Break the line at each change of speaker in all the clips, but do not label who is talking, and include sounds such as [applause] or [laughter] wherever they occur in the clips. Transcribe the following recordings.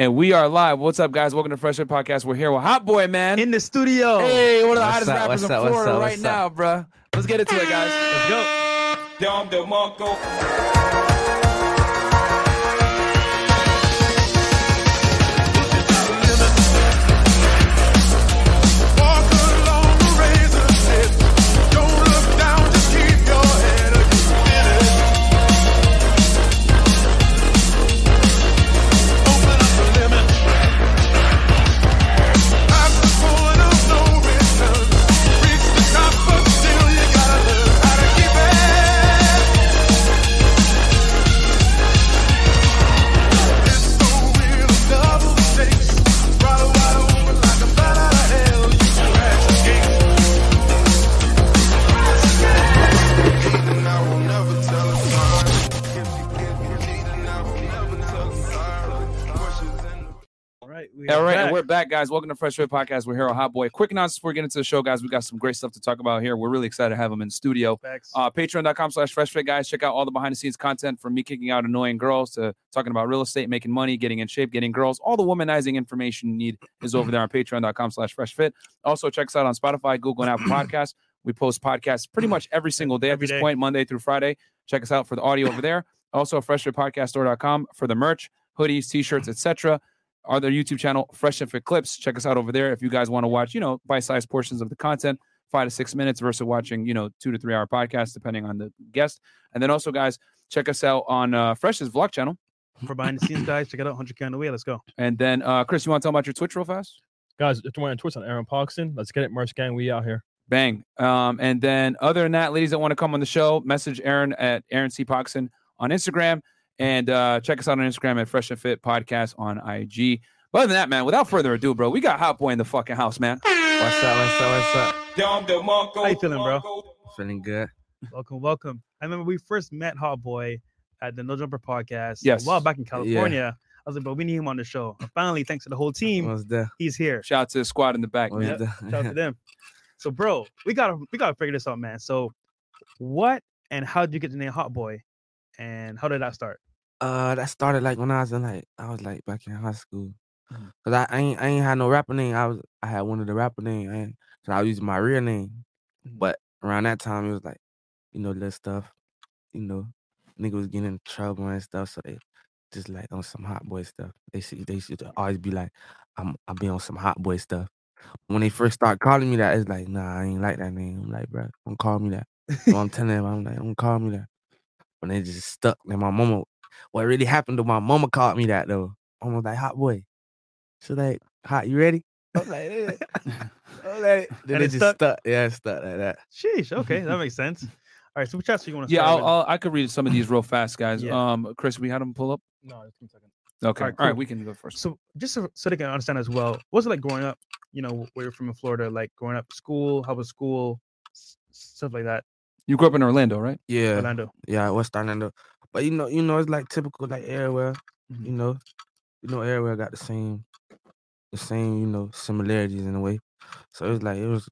And we are live. What's up, guys? Welcome to Fresh Air Podcast. We're here with Hot Boy, man.
in the studio.
hey, one of the
What's
hottest
up,
rappers
what's
in
up, what's
Florida
up,
right
what's
now,
up?
bruh. Let's get into it, guys. Let's go.
Dom DeMarco.
Walk along the razor's tip. Don't look down, just keep your head up. You did it. Open up the limit. At the point of no return, reach the top, but still you gotta learn how to keep it. It's the wheel of double stakes, throttle wide open like a bat out of hell. You scratch the gate. Cheating, I will never tell a lie. If you get me cheating, I will never tell a lie. Questions in the
All right. We
All
are
right,
back.
and we're back, guys. Welcome to Fresh Air Podcast. We're here with Hot Boy. Quick announcements before we get into the show, guys. We got some great stuff to talk about here. We're really excited to have him in studio.
Facts.
Uh, Patreon.com slash Fresh Fit, guys. Check out all the behind the scenes content from me kicking out annoying girls to talking about real estate, making money, getting in shape, getting girls. All the womanizing information you need is over there on Patreon.com slash Fresh Fit. Also, check us out on Spotify, Google, and Apple Podcasts. We post podcasts pretty much every single day at
Every
this
day.
point, Monday through Friday. Check us out for the audio over there. Also, freshfitpodcaststore.com for the merch, hoodies, t-shirts, etc. Our their YouTube channel, Fresh and Fit Clips. Check us out over there if you guys want to watch, you know, bite-sized portions of the content, five to six minutes versus watching, you know, two to three hour podcasts depending on the guest. And then also, guys, check us out on uh, Fresh's vlog channel.
For behind the scenes, guys, check it out. 100K on the way. Let's go.
And then, uh, Chris, you want to tell 'em about your Twitch real fast?
Guys, it's we're on Twitch on Aaron Poxton. Let's get it, Merch Gang. We out here.
Bang. Um, and then other than that, ladies that want to come on the show, message Aaron at Aaron C. Poxon on Instagram and uh, check us out on Instagram at Fresh and Fit Podcast on IG. But other than that, man, without further ado, bro, we got Hot Boy in the fucking house, man.
What's up? What's up? What's up?
Dom DeMarco.
How you feeling, bro?
Feeling good.
Welcome, welcome. I remember we first met Hot Boy at the No Jumper podcast
Yes.
a while back in California. I was like, but we need him on the show. And finally, thanks to the whole
Uh-huh.
team,
What's the?
he's here.
Shout out to the squad in the back,
What's
man.
Yep.
[laughs]
Shout out to
the?
them. So, bro, we gotta we gotta figure this out, man. So, what and how did you get the name Hot Boy, and how did that start?
Uh, that started like when I was in like I was like back in high school, cause I, I ain't I ain't had no rapper name. I was I had one of the rapper name, and so I was using my real name. But around that time, it was like, you know, little stuff, you know, nigga was getting in trouble and stuff. So they just like on some hot boy stuff. They see they used to always be like, I'm I be on some hot boy stuff. When they first start calling me that, it's like, nah, I ain't like that name. I'm like, bro, don't call me that. So I'm telling them, I'm like, don't call me that. But they just stuck. And my mama, what really happened to my mama called me that though. Almost like hot boy. She like, hot, you ready? I'm like, [laughs] eh.
[laughs]
I'm like, then
And
it
it
just
stuck?
stuck. Yeah, it stuck like that.
[laughs] Sheesh. Okay, that makes sense. All right, so what chapter you want to
Yeah,
start?
I'll,
with?
I'll, I could read some of these real fast, guys.
Yeah.
Um, Chris, we had them pull up.
No, just give me a second.
Okay,
Alright,
all right,
cool.
we can go first.
so just so, so they can understand as well, what's it like growing up? You know, where you're from in Florida, like growing up, school, how was school, s- stuff like that.
You grew up in Orlando, right?
Yeah.
Orlando.
Yeah, West Orlando. But you know, you know, it's like typical like everywhere. You know, you know, everywhere got the same, the same, you know, similarities in a way. So it's like it was,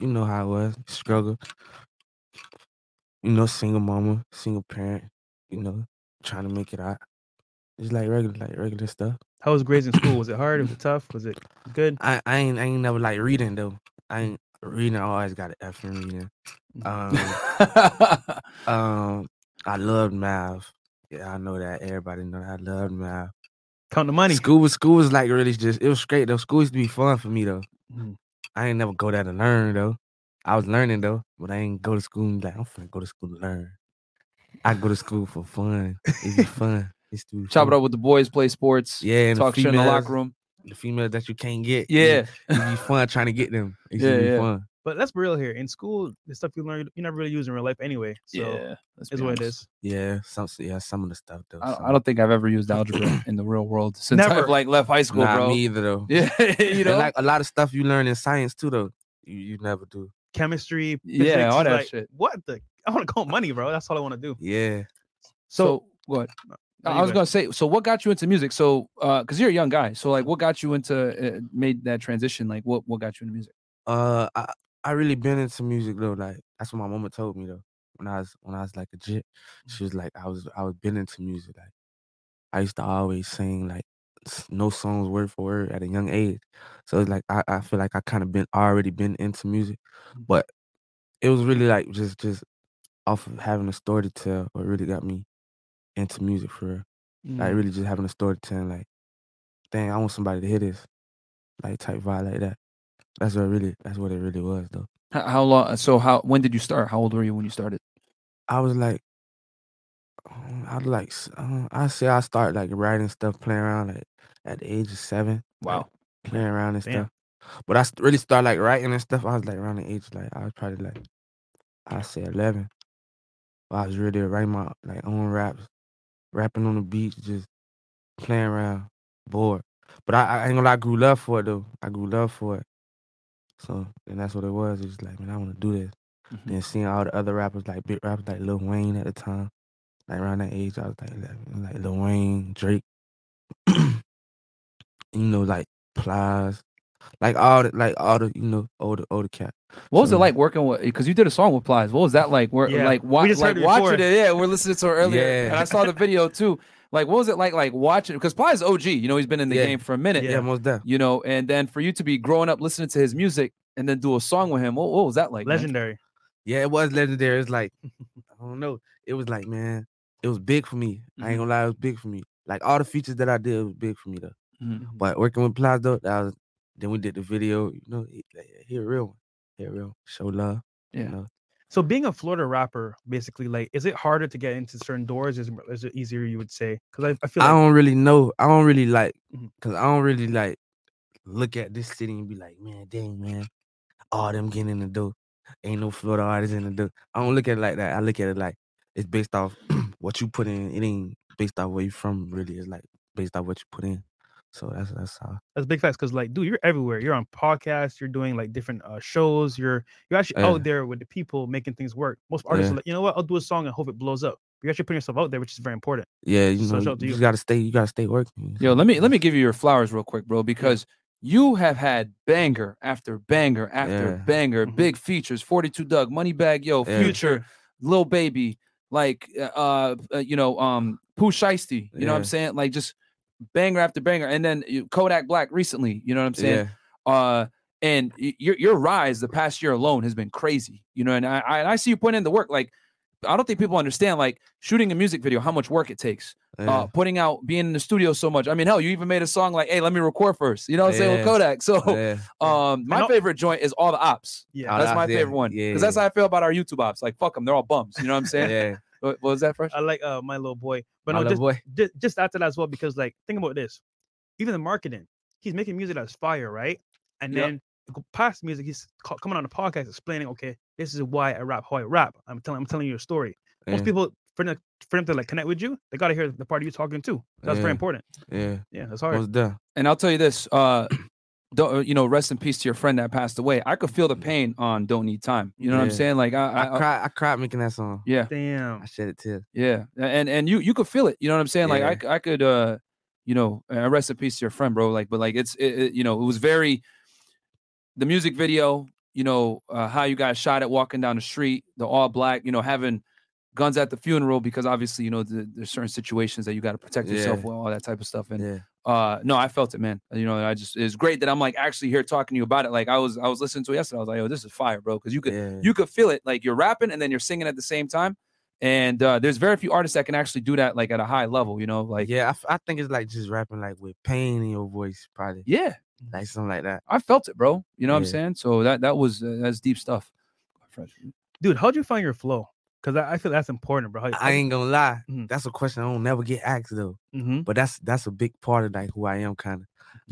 you know, how it was struggle. You know, single mama, single parent. You know, trying to make it out. It's like regular, like regular stuff.
How was grades in school? Was it hard? Was it tough? Was it good?
I, I ain't, I ain't never like reading though. I ain't reading. I always got an F in reading.
Mm-hmm.
Um, um, I love math. Yeah, I know that. Everybody know that. I love math.
Count the money.
School was school was like really just it was great though. School used to be fun for me though.
Mm.
Mhm.
I ain't never go there to learn though. I was learning though, but I ain't go to school and be like I'm finna go to school to learn. I go to school for fun.
[laughs]
It be fun. It's to
[laughs]
be
Chop it
fun.
up with the boys, play sports,
Yeah, and
talk
the
shit in the
females-
locker room.
The females that you can't get.
Yeah,
it be fun trying to get them. It
Yeah,
yeah, be
yeah.
fun.
But let's be real here. In school, the stuff you learn, you never really use in real life anyway. So
let's
is
be
what it
honest.
is.
Yeah, some yeah, some of the stuff though.
I,
some-
I don't think I've ever used [clears throat] algebra in the real world since
Never.
I've like left high school,
Nah,
bro. [laughs]
me either though.
Yeah,
[laughs]
you
And
know,
like a lot of stuff you learn in science too though. You, you never do.
Chemistry.
Yeah,
physics,
all
it's
that
like,
shit.
What the? I want to call money, bro. That's all I want to do.
Yeah.
so, what?
no,
I
you
was
go
gonna say, so what got you into music? So, uh, because you're a young guy, so like, what got you into uh, made that transition? Like, what what got you into music?
Uh, I I really been into music though. Like that's what my mama told me though. When I was when I was like a jit, she was like I was I was been into music. Like I used to always sing like s- know songs word for word at a young age. So it's like I, I feel like I kind of been already been into music,
Mm.
but it was really like just just off of having a story to tell. What really got me into music for real.
Mm.
Like really just having a story to tell. Like, dang, I want somebody to hear this, like type vibe like that. That's what really. That's what it really was though.
How, how long? So how? When did you start? How old were you when you started?
I was like, um, I was like, s- uh, I say I started like writing stuff, playing around like at the age of seven. like,
Wow.
playing around and
Damn.
stuff. But I st- really started like writing and stuff. I was like around the age, like I was probably like, I say eleven. But I was really writing my like own raps, rapping on the beach, just playing around, bored. But I, I ain't gonna lie, I grew love for it though. I grew love for it. So and that's what it was. It was like, man, I want to do this.
Mhm.
Then seeing all the other rappers, like big rappers like Lil Wayne at the time, like around that age, I was like 11, like Lil Wayne, Drake, [clears throat] you know, like Plies, like all the, like all the, you know, older older cat.
What was it
So-
like working with? Because you did a song with Plies. What was that like? Where
Yeah,
like wa-
we just
like
heard it
watching
before.
it? Yeah, we're listening to it earlier,
Yeah.
and I saw the video too. Like, what was it like? Like watching because Plies OG. You know, he's been in the
Yeah.
game for a minute.
Yeah,
Yeah.
most deaf.
You know, and then for you to be growing up listening to his music and then do a song with him, what, what was that like? man?
Legendary.
Yeah, it was legendary. It's like I don't know. It was like man, it was big for me. I ain't gonna lie, it was big for me. Like all the features that I did it was big for me though.
Mhm.
But working with Plies though, that was then we did the video. You know, he, he a real one. He a real one. show love.
Yeah.
You know,
So being a Florida rapper, basically, like, is it harder to get into certain doors? Is, is it easier? You would say? Because I, I feel
I
like
don't really know. I don't really like
Mhm.
because I don't really like look at this city and be like, man, dang, man, all them getting in the door. Ain't no Florida artists in the door. I don't look at it like that. I look at it like it's based off [clears throat] what you put in. It ain't based off where you from, really. It's like based off what you put in. So that's that's how.
that's big facts. Because like, dude, you're everywhere. You're on podcasts. You're doing like different uh, shows. You're you're actually
Yeah.
out there with the people making things work. Most artists,
Yeah.
are like, you know what? I'll do a song and hope it blows up. You're actually putting yourself out there, which is very important.
Yeah, you
So
know,
it's
you,
up to you.
just gotta stay. You gotta stay working.
Yo, let me let me give you your flowers real quick, bro, because you have had banger after banger after
Yeah. Mm-hmm.
banger,
Mhm.
big features, 42 Doug, Moneybag Yo,
Yeah.
Future, Lil Baby, like uh, uh uh, you know, um Pooh Shiesty, you know what I'm
Yeah.
saying? Like just banger after banger and then you- Kodak Black recently, you know what I'm saying?
Yeah,
uh and y- your your rise the past year alone has been crazy you know and i I- and i see you putting in the work like i don't think people understand like shooting a music video how much work it takes
yeah.
uh putting out being in the studio so much i mean hell you even made a song like hey let me record first you know what i'm saying with
Yeah.
kodak so
yeah.
um my
And al-
favorite joint is all the ops
Yeah.
All the
that's my
ops, yeah,
favorite one because
yeah,
that's
yeah.
how i feel about our youtube ops like fuck them they're all bums you know what i'm saying
yeah.
what, what was that fresh
I like uh, my little boy, but
My
no,
little
just,
boy.
ju- just after that as well because like think about this even the marketing he's making music that's fire right and
Yep.
then go- past music he's co- coming on the podcast explaining okay this is why i rap how i rap i'm telling i'm telling you a story
Yeah,
most people for them, for them to like connect with you they gotta hear the part of you talking too that's
Yeah.
very important
yeah.
yeah that's hard
Most done.
and I'll tell you this, uh, [clears throat] don't, uh, you know, rest in peace to your friend that passed away. I could feel the pain on "Don't Need Time." You know what I'm
Yeah.
saying? Like I,
I,
I, I
cried. I cried making that song.
yeah,
damn
I shed it tears.
yeah, and and you you could feel it. You know what I'm saying? Like I
Yeah.
c- I, could, uh, you know, uh, rest in peace to your friend, bro. Like, but like it's it, it- you know, it was very the music video. You know uh, how you guys shot it walking down the street, the all black. You know having guns at the funeral because obviously you know the, there's certain situations that you got to protect yourself
Yeah.
with all that type of stuff. And
Yeah.
uh no i felt it man you know and i just it's great that i'm like actually here talking to you about it like i was i was listening to it yesterday i was like yo this is fire bro because you could
yeah.
you could feel it like you're rapping and then you're singing at the same time and uh there's very few artists that can actually do that like at a high level you know like yeah,
yeah, I, f- I think it's like just rapping like with pain in your voice, probably like something like that.
i felt it bro you know what i'm
Yeah.
saying so that that was uh, that's deep stuff
dude how'd you find your flow because I, I feel that's important bro How-
I ain't gonna lie,
Mhm.
that's a question I don't never get asked though,
Mhm.
but that's that's a big part of like who I am, kind of.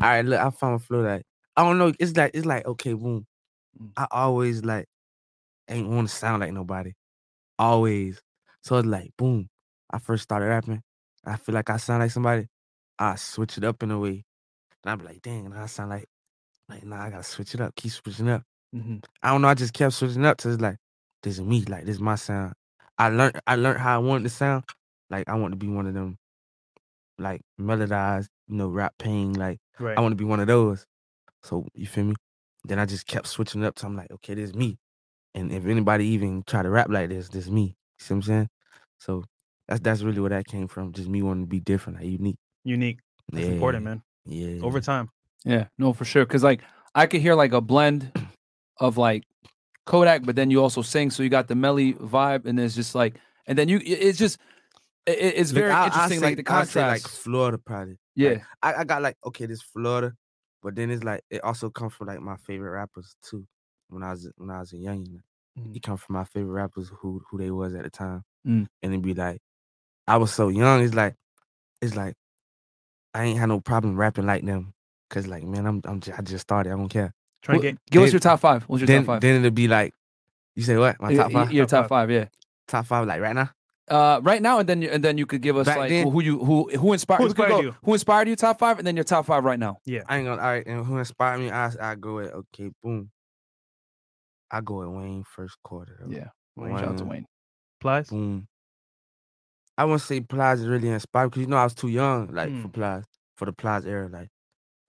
All right, look, I found a flow like I don't know. It's like it's like okay, boom.
Mm.
I always like ain't want to sound like nobody, always. So it's like boom. I first started rapping. I feel like I sound like somebody. I switch it up in a way, and I be like, dang, now I sound like like nah. I gotta switch it up. Keep switching up.
Mhm.
I don't know. I just kept switching up to it's like, this is me. Like this is my sound. I learned. I learned how I wanted to sound. Like I want to be one of them, like melodized, you know, rap pain. Like
right
I want to be one of those. So you feel me? Then I just kept switching up. So I'm like, okay, this is me. And if anybody even try to rap like this, this is me. You see what I'm saying? So that's that's really where that came from. Just me wanting to be different, like unique.
unique It's important, man.
Yeah.
Over time.
Yeah, no, for sure. Because like I could hear like a blend of like Kodak, but then you also sing, so you got the melly vibe, and it's just like, and then you, it- it's just, it, it- it's
Like,
very
I- I
interesting,
say-
like the
I say,
contrast.
like Florida, probably.
yeah,
I, I got like okay, this Florida, but then it's like it also comes from like my favorite rappers too. When I was when I was a youngin,
Mm.
it come from my favorite rappers who who they was at the time,
Mm.
and it'd be like, I was so young. It's like, it's like, I ain't had no problem rapping like them, cause like man, I'm I'm j- I just started. I don't care.
Trying
Wh-
to get
give us
then-
your top five. What's your
Then
top five?
then it'll be like, you say what? My
Y-
top
y-
five,
Your
Top
top five. Yeah.
top five, like right now.
Uh, right now, and then you- and then you could give us
Back
like
then-
who you who who inspired,
Who
we could
inspired
go,
you?
Who inspired you? Top five, and then your top five right now.
I ain't gonna. All right, and who inspired me? I I go with okay, boom. I go with Wayne first quarter. though.
Shout out to Wayne.
[laughs]
applies.
Boom. I wouldn't say Plies really inspired because you know I was too young, like for
Mm.
Hmm.
Plies, for the Plies era. Like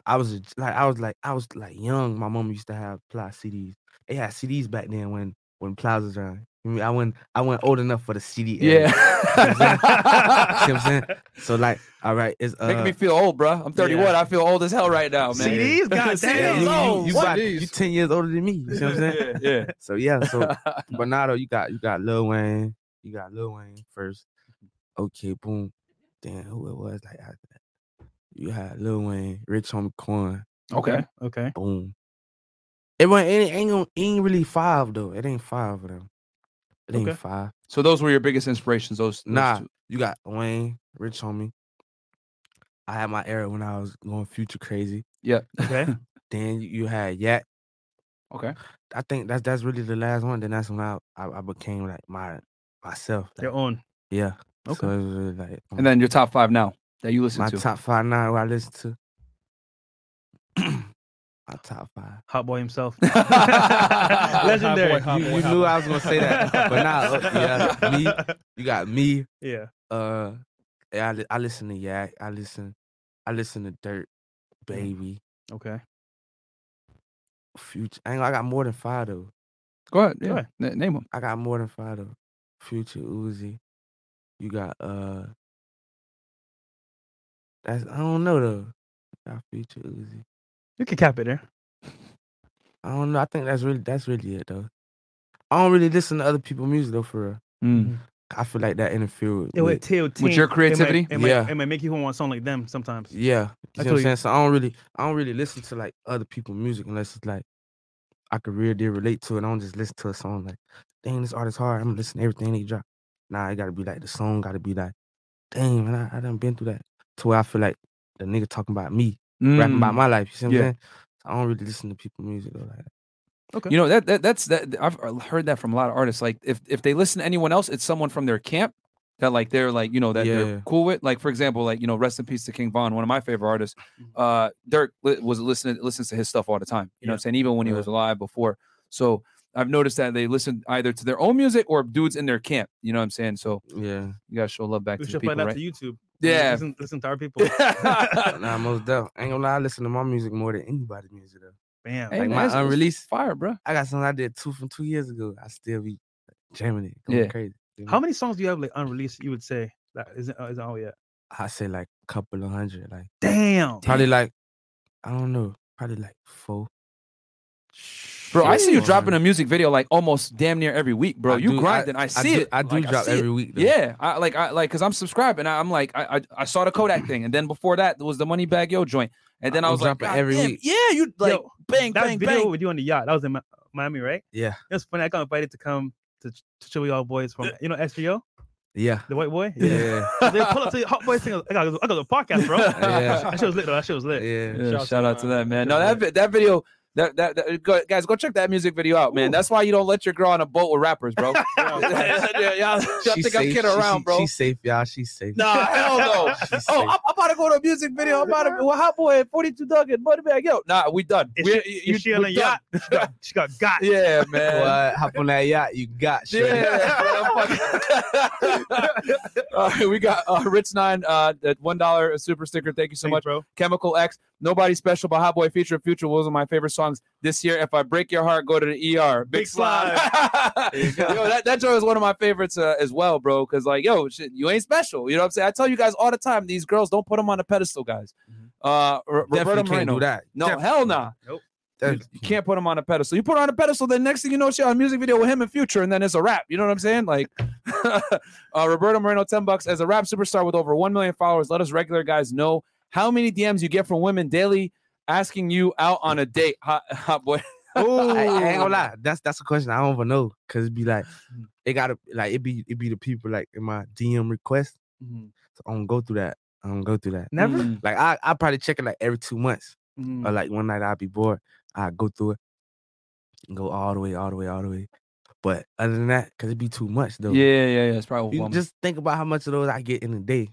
I was a- like I was like I was like young. My mom used to have Plies CDs. They had CDs back then when when Plies was around. I mean, I went I went old enough for the CD. era.
Yeah.
[laughs] See what I'm saying? So like, all right, it's uh,
Making me feel old, bruh. I'm 31. I feel old as hell right
[laughs]
Oh,
now, man.
[laughs]
CDs?
yeah,
Goddamn.
CDs.
you,
Oh,
you, you, [laughs]
what?
about- you ten years older than me. You see what I'm saying?
yeah.
So yeah, [laughs] so but now though, you got you got Lil Wayne, you got Lil Wayne first. Okay, boom. Damn, who it was like after that? You had Lil Wayne, Rich Homie Coin,
Okay.
Okay.
boom. It wa- it ain't, ain't gon- it ain't really five though. It ain't five of them. It ain't
Okay.
five.
So those were your biggest inspirations. Those, those
Nah,
two.
you got Wayne, Rich Homie. I had my era when I was going future crazy.
Yeah.
Okay.
[laughs] Then you- you had Yak.
okay.
I think that's that's really the last one. Then that's when I I, I became like my myself. like,
Your own.
Yeah.
Okay.
So it was really like um,
And then your top five now that you listen
my
to.
top five now who I listen to. [clears throat] my top five.
Hot boy himself.
[laughs]
[laughs]
Hot boy,
Legendary.
hot
You, you knew I was gonna say that, [laughs] but now [laughs] yeah, me. You got me.
[laughs] Yeah.
Uh, yeah, I, li- I listen to Yak. I listen. I listen to Dirt, Baby,
Okay.
Future. I, ain't, gonna- I got more than five though.
Go ahead.
Go
Yeah.
ahead.
Na- name them.
I got more than five though. Future Uzi. You got uh. That's I don't know though. Got Future Uzi.
You can cap it there.
I don't know. I think that's really that's really it though. I don't really listen to other people's music though for real. I feel like that interfered
It would
with,
tell teen-
your
it might-
creativity?
It might,
Yeah.
it might make you who want to sound like them sometimes. I
Yeah. You see what
feel you.
I'm saying? So I don't really I don't really listen to like other people's music unless it's like I could really relate to it. I don't just listen to a song like, dang, this artist hard. I'm gonna listen to everything they drop. Nah, it gotta be like the song gotta be like, dang, man, I, I done been through that. To where I feel like the nigga talking about me,
Mm.
rapping
Mm.
about my life. You see what
Yeah.
I'm saying? So I don't really listen to people's music though like that.
You know that, that that's that I've heard that from a lot of artists. Like if if they listen to anyone else, it's someone from their camp that like they're like you know that
Yeah.
they're cool with. Like for example, like you know, rest in peace to King Von, one of my favorite artists. Uh, Dirk li- was listening listens to his stuff all the time. You know what I'm saying? Even when he
Yeah.
was alive before. So I've noticed that they listen either to their own music or dudes in their camp. You know what I'm saying? So
Yeah.
you gotta show love back
We
to the
should play
people,
that
right?
to YouTube.
Yeah.
Listen, listen to
[laughs]
our people.
[laughs] Nah, most definitely. Ain't gonna lie, I listen to my music more than anybody's music though.
Bam.
Hey,
Like
man,
my
it's- it's
unreleased-
fire, bro.
I got something I did two from two years ago. I still be jamming it, going
Yeah.
crazy. you know?
How many songs do you have like unreleased? You would say that isn't uh, isn't out yet.
I say like a couple of hundred, like
Damn.
probably like I don't know, probably like four.
Bro, I see you
Four
dropping a
hundred.
music video like almost damn near every week, bro.
I
you
do-
grinding. I, see
do,
it.
I do
Like,
drop
see it.
every week. Though.
Yeah, I like I like because I'm subscribed and I, I'm like I, I I saw the Kodak thing and then before that was the Money Bag Yo joint and then I
I'm
was like
dropping
"God
every
damn,
week."
yeah you like
Yo,
bang
that
bang
video
bang
with you on the yacht. That was in Mi- Miami, right?
yeah,
It was funny. I got invited to come to, ch- to show y'all boys
Uh,
from you know SGO,
[laughs]
yeah,
the white boy.
yeah,
they pull up to the hot boys thing. I got I got a
[laughs]
podcast, bro.
Yeah.
[laughs] That shit was lit. Though. That shit was lit.
yeah.
Yeah,
Shout out
shout
to
out to
my-
that man
to
no that
my-
vi- that video that that, that- go, guys go check that music video out man
Ooh.
that's why you don't let your girl on a boat with rappers
[laughs]
bro [laughs] [laughs] yeah, y'all, y'all
She
think I'm kidding
safe, she-
around
she-
bro
She's safe, y'all. She's safe.
nah [laughs] hell
[laughs]
[laughs]
no
She's
Oh, I'm,
safe.
I'm about to go to a music video. I'm about to be with Hot Boy and 42 Doug and Money Bag. Yo, nah, we done.
Is
We're-
she,
you-
is she
we're
on a yacht?
done.
She got, [laughs] she got got.
Yeah, man. [laughs]
What? Hop on that yacht. You got shit. [laughs]
Yeah. man, fuck. [laughs] All right, we got uh, Rich Nine uh, at one dollar super sticker. Thank you so
Thanks,
much,
bro.
Chemical X. Nobody special, but Hot Boy Future Future was one of my favorite songs this year. If I break your heart, go to the ER. Big,
Big
slide. [laughs] yo, that, that joint was one of my favorites uh, as well, bro. Because like, yo, shit, you ain't special. You know what I'm saying? I tell you guys all the time, these girls don't put them on a pedestal, guys. Uh, R- Roberto
Definitely can't
Moreno.
do that.
No,
Def-
hell nah. You,
Def-
uh, you can't put him on a pedestal. You put him on a pedestal, then next thing you know, she on a music video with him in Future, and then it's a rap. You know what I'm saying? Like [laughs] uh, Roberto Moreno, ten bucks as a rap superstar with over one million followers. Let us regular guys know how many DMs you get from women daily asking you out on a date. Hot, hot boy.
I, I ain't gonna lie. That's that's a question I don't even know. Cause it be like,
Mm-hmm.
it gotta like it be it be the people like in my DM request.
Mm-hmm.
So I don't go through that. I don't go through that.
Never.
Mm,
Like I I probably check it like every two months.
mm.
Or like one night I'll be bored. I go through it. and Go all the way, all the way, all the way. But other than that, cause it be too much though.
Yeah, yeah, yeah. It's probably
You
one.
just think about how much of those I get in a day.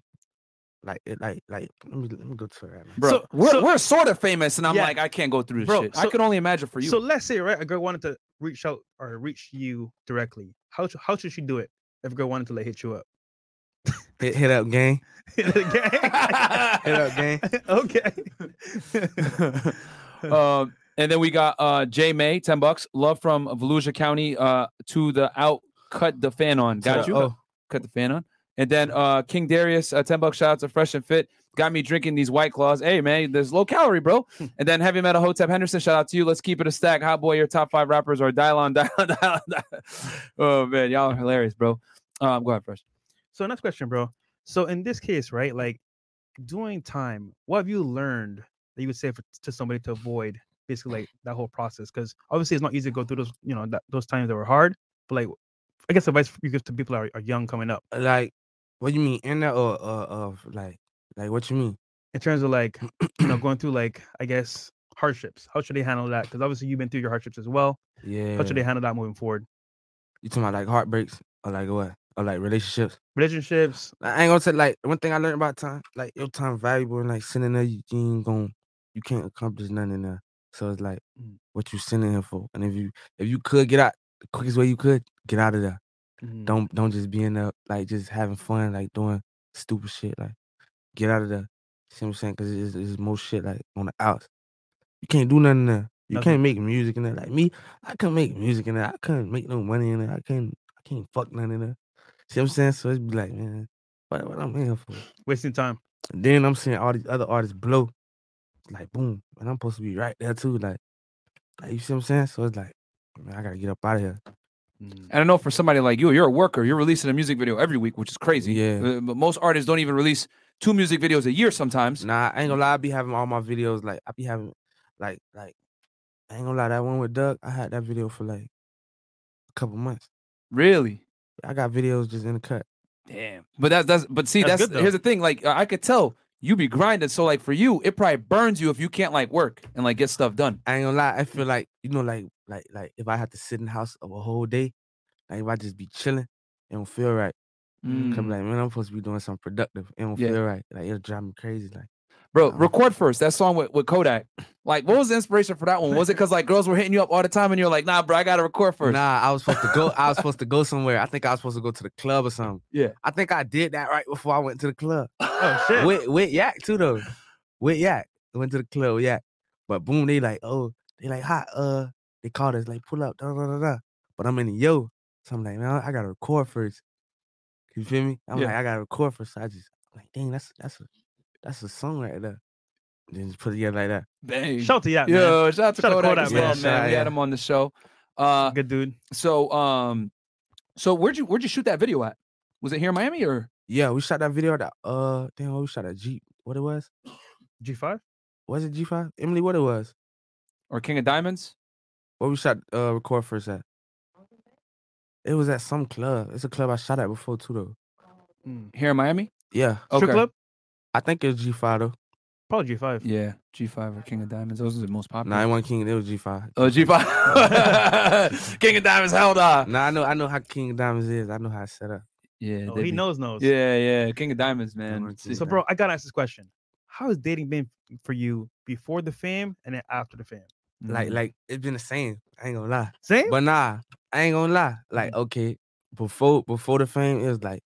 Like it like like let me let me go to it right now.
bro.
So-
we're,
so-
we're sort of famous, and I'm
Yeah.
like, I can't go through this
Bro,
shit. I
so-
could only imagine for you.
So let's say right, a girl wanted to reach out or reach you directly. How sh- how should she do it? If a girl wanted to like hit you up. [laughs]
Hit, hit up gang.
[laughs]
Hit
okay.
up gang.
[laughs]
um, and then we got uh, J May, ten bucks. Love from Volusia County uh, to the out. Cut the fan on.
To the-
Got you.
Oh,
Cut the fan on. And then uh, King Darius, uh, ten bucks. Shout out to Fresh and Fit. Got me drinking these White Claws. Hey man, there's low calorie, bro.
Hmm.
And then Heavy Metal Hotep Henderson. Shout out to you. Let's keep it a stack. Hot boy, your top five rappers are Dylon, [laughs] Dylon, Dylon. Dylon. Oh man, y'all are hilarious, bro. Um, go ahead, Fresh.
so next question, bro. So in this case, right, like doing time, what have you learned that you would say for, to somebody to avoid basically like that whole process? Because obviously it's not easy to go through those, you know, that, those times that were hard. But like, I guess advice you give to people that are, are young coming up
like what you mean in there or or of like like what you mean?
in terms of like,
[clears throat]
you know, going through like I guess hardships. How should they handle that? Because obviously you've been through your hardships as well.
Yeah.
How should they handle that moving forward?
You talking about like heartbreaks or like what? Or like relationships?
Relationships.
I ain't gonna say like one thing I learned about time, like your time valuable and like sitting there, you, you ain't going you can't accomplish nothing in there. So it's like
Mm.
what you sending here for. And if you if you could get out the quickest way you could, get out of there.
Mm-hmm.
Don't don't just be in there like just having fun, like doing stupid shit. Like get out of there. See what I'm saying? Cause it's, it's most shit like on the out. You can't do nothing there. You
Nothing.
can't make music in there. Like me, I couldn't make music in there. I couldn't make no money in there. I can't I can't fuck nothing in there. See what I'm saying? So it's be like, man, what what I'm here for?
[clears throat] wasting time.
And then I'm seeing all these other artists blow. It's like boom. And I'm supposed to be right there too. Like, like you see what I'm saying? So it's like, man, I gotta get up out of here. Hmm.
And I know for somebody like you, you're a worker. You're releasing a music video every week, which is crazy.
Yeah.
Uh, But most artists don't even release two music videos a year sometimes.
Nah, I ain't gonna lie. I be having all my videos like I be having, like like, I ain't gonna lie. That one with Doug, I had that video for like a couple months.
Really?
I got videos just in the cut.
Damn. But that's that's but see,
That's
that's,
good, though.
here's the thing. Like I could tell you be grinding. So like for you, it probably burns you if you can't like work and like get stuff done.
I ain't gonna lie. I feel like you know, like like like if I had to sit in the house of a whole day, like if I just be chilling, it don't feel right. Cause I'm like man, I'm supposed to be doing something productive. It don't
Mm. Yeah.
feel right. Like it'll drive me crazy. Like
Bro,
Um,
record first. That song with, with Kodak. Like, what was the inspiration for that one? Was it because like girls were hitting you up all the time and you're like, nah, bro, I gotta record first.
nah, I was supposed to go.
[laughs]
I was supposed to go somewhere. I think I was supposed to go to the club or something.
Yeah.
I think I did that right before I went to the club.
Oh shit.
with with Yak too though. With Yak. Went to the club with Yak. But boom, they like, oh, they like hot, uh, they called us like pull up, da da da da. But I'm in the yo. So I'm like, man, I gotta record first. You feel me? I'm
Yeah.
like, I gotta record first. So I just I'm like, dang, that's that's a that's a song right there. Then just put it together like that.
Dang.
Shout to Yap, man.
Yo, shout out to
Shout out to
Kodak,
Kodak,
as
man.
well,
Yeah,
man.
shout out,
we had
yeah.
him on the show. Uh,
Good dude.
So um, so where'd you where'd you shoot that video at? Was it here in Miami or
Yeah, we shot that video at the uh damn what we shot a Jeep. What it was?
G five.
Was it G five? Emily, what it was?
or King of Diamonds?
What we shot uh record first at? It was at some club. It's a club I shot at before too though.
Here in Miami?
Yeah.
Strip club.
I think it was G5 though.
Probably G five.
Yeah, G five or King of Diamonds. Those are the most popular.
Nah, it wasn't King. It was G5.
Oh, G five. [laughs] King of Diamonds, held on.
Nah, I know. I know how King of Diamonds is. I know how it's set up.
Yeah,
Oh,
they
he
be-
knows knows.
Yeah, yeah, King of Diamonds, man.
want to
So,
Yeah.
bro, I gotta ask this question: How has dating been for you before the fame and then after the fame?
mm,
Like, like it's been the same. I ain't gonna lie.
Same.
But nah, I ain't gonna lie. Like, okay, before before the fame, it was like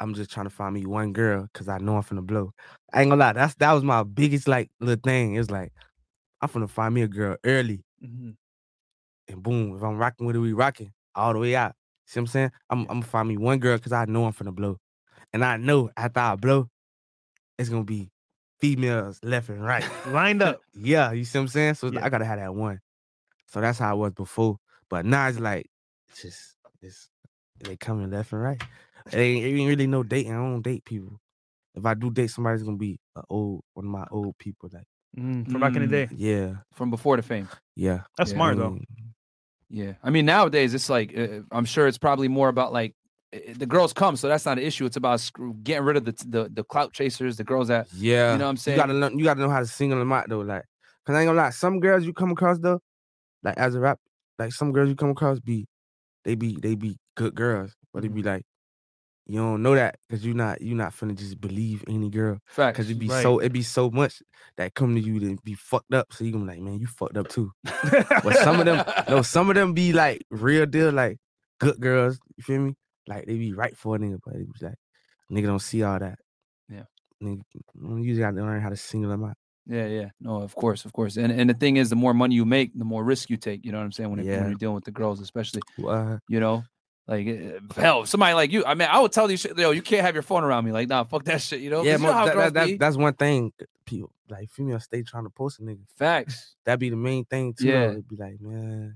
I'm just trying to find me one girl because I know I'm finna blow. I ain't gonna lie. That's that was my biggest like little thing. It was like I'm finna find me a girl early,
Mhm.
and boom, if I'm rocking with her, we rocking all the way out. See what I'm saying? I'm I'm gonna find me one girl because I know I'm finna blow, and I know after I blow, it's gonna be females left
[laughs]
and right.
[laughs]
lined up.
Yeah, you see what I'm saying? So it's like,
Yeah.
I gotta have that one. So that's how I was before. But now it's like it's just it's they coming left and right. It ain't, it ain't really no dating. I don't date people. If I do date somebody, it's gonna be a old one of my old people. Like
Mm, from back in the
Mm.
day.
yeah,
from before the fame.
yeah.
That's
Yeah.
smart though.
Mm,
Yeah, I mean nowadays it's like uh, I'm sure it's probably more about like uh, the girls come, so that's not an issue. It's about screw- getting rid of the the, the clout chasers, the girls that
Yeah.
you know what I'm
You
saying.
gotta learn, you gotta know how to single them out though. Like, cause I ain't gonna lie, some girls you come across though, like as a rap, like some girls you come across be, they be they be good girls, but they be like, you don't know that because you not you not finna just believe any girl
Fact,
because it be
Right.
so it be so much that come to you to be fucked up. So you gonna be like, man, you fucked up too. But some
[laughs]
of them, no, some of them be like real deal, like good girls. You feel me? Like they be right for a nigga, but it was like nigga don't see all that.
Yeah.
nigga, you just gotta learn how to single them out.
yeah, yeah, no, of course, of course. And and the thing is, the more money you make, the more risk you take. You know what I'm saying when, it,
Yeah.
when you're dealing with the girls, especially.
What?
You know,
eh,
like uh, hell, somebody like you. I mean, I would tell you, shit, yo, you can't have your phone around me. Like, nah, fuck that shit. You know, 'Cause
yeah,
you know
mo-
how
that,
girls
that, that,
be.
that's one thing. uh, People like females stay trying to post a nigga.
Facts.
That be the main thing too.
Yeah.
Yeah, it'd be like man,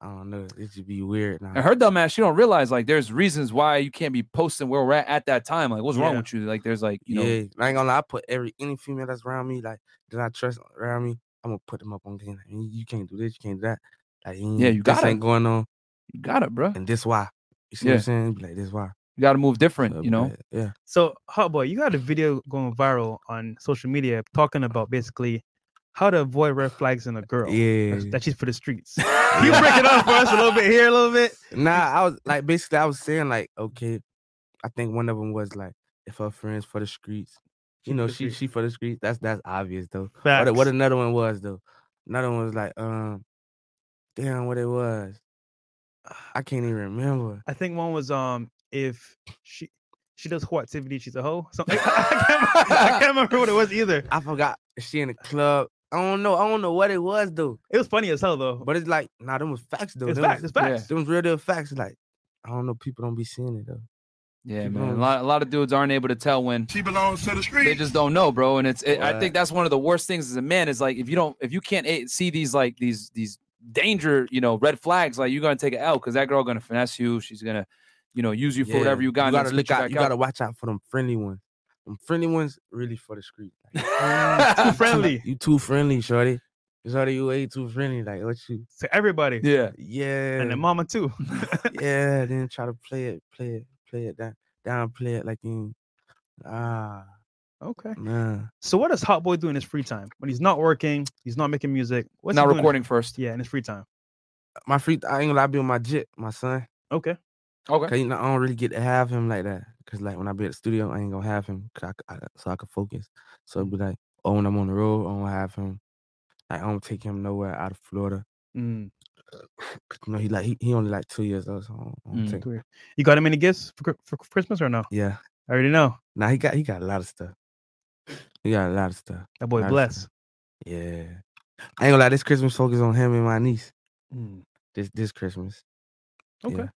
I don't know. It should be weird. Now.
And her dumb ass, she don't realize like there's reasons why you can't be posting where we're at at that time. Like, what's wrong
Yeah.
with you? Like, there's like, you know,
yeah, I ain't gonna lie. I put every any female that's around me, like that I trust around me, I'm gonna put them up on game. Like, "Man, you can't do this, you can't do that. Like,
Yeah,
ain't-
you
this
gotta.
ain't going on,
you got it, bro.
and this why. You see what
Yeah.
I'm saying? Be Like this why.
You got to move
So,
different, you know.
but, Yeah.
So, Hot Boy, you got a video going viral on social media talking about basically how to avoid red flags in a girl.
Yeah.
That she's for the
[laughs]
streets. [laughs] Can you break it up for us a little bit here, a little bit?
Nah, I was like basically I was saying like, okay, I think one of them was like, if her friends for the streets, you know,
for the
she
[laughs] streets.
she for the streets. That's that's obvious though.
Facts.
What, what another one was though? Another one was like, um, damn, what it was. [sighs] I can't even remember.
I think one was um if she she does whole activity, she's a hoe. [laughs] So, I, can't, I can't remember what it was either.
I forgot she in the club. I don't know. I don't know what it was though.
It was funny as hell though.
But it's like, nah, them was facts though.
it's
Them
facts.
was-
It's facts.
them was real deal facts. Like, I don't know. People don't be seeing it though.
Yeah,
Keep
man. A
going.
lot, a lot of dudes aren't able to tell when
She belongs to the
they
street.
just don't know, bro. And it's, it, I
Right.
think that's one of the worst things as a man is like if you don't, if you can't eh, see these like these these danger, you know, red flags, like you're gonna take an L because that girl gonna finesse you. She's gonna, you know, use you for whatever you got. and
You
then
gotta
spit
look out.
back [laughs]
You [laughs] gotta watch out for them friendly ones. Them friendly ones really for the street. Like,
Too
out.
friendly
you too friendly, shorty. Shorty, you way too friendly. Like, what you?
to everybody.
yeah,
Yeah.
And the mama
[laughs]
too. [laughs]
yeah. Then try to play it, play it, play it down, downplay it like you. Ah,
okay.
nah.
So what does Hot Boy do in his free time when he's not working? He's not making music. What's he
now
doing?
recording first.
Yeah, in his free time.
My free, I ain't gonna lie, I be on my jit, my son.
Okay.
Okay.
Cause you know, I don't really get to have him like that. Cause like when I be at the studio, I ain't gonna have him. 'cause I c- I- so I can focus. So it'd be like, oh, when I'm on the road, I don't have him. Like I don't take him nowhere out of Florida.
Mm,
'Cause, you know, he like he, he only like two years old, so I don't, I don't
Mm.
take.
cool. You got him any gifts for, Chri- for Christmas or no?
Yeah.
I already know.
Now he got he got a lot of stuff. He got a lot of stuff.
That boy
Nice.
bless.
Yeah. I ain't gonna lie. This Christmas focus on him and my niece.
Mm.
This this Christmas.
Okay.
Yeah.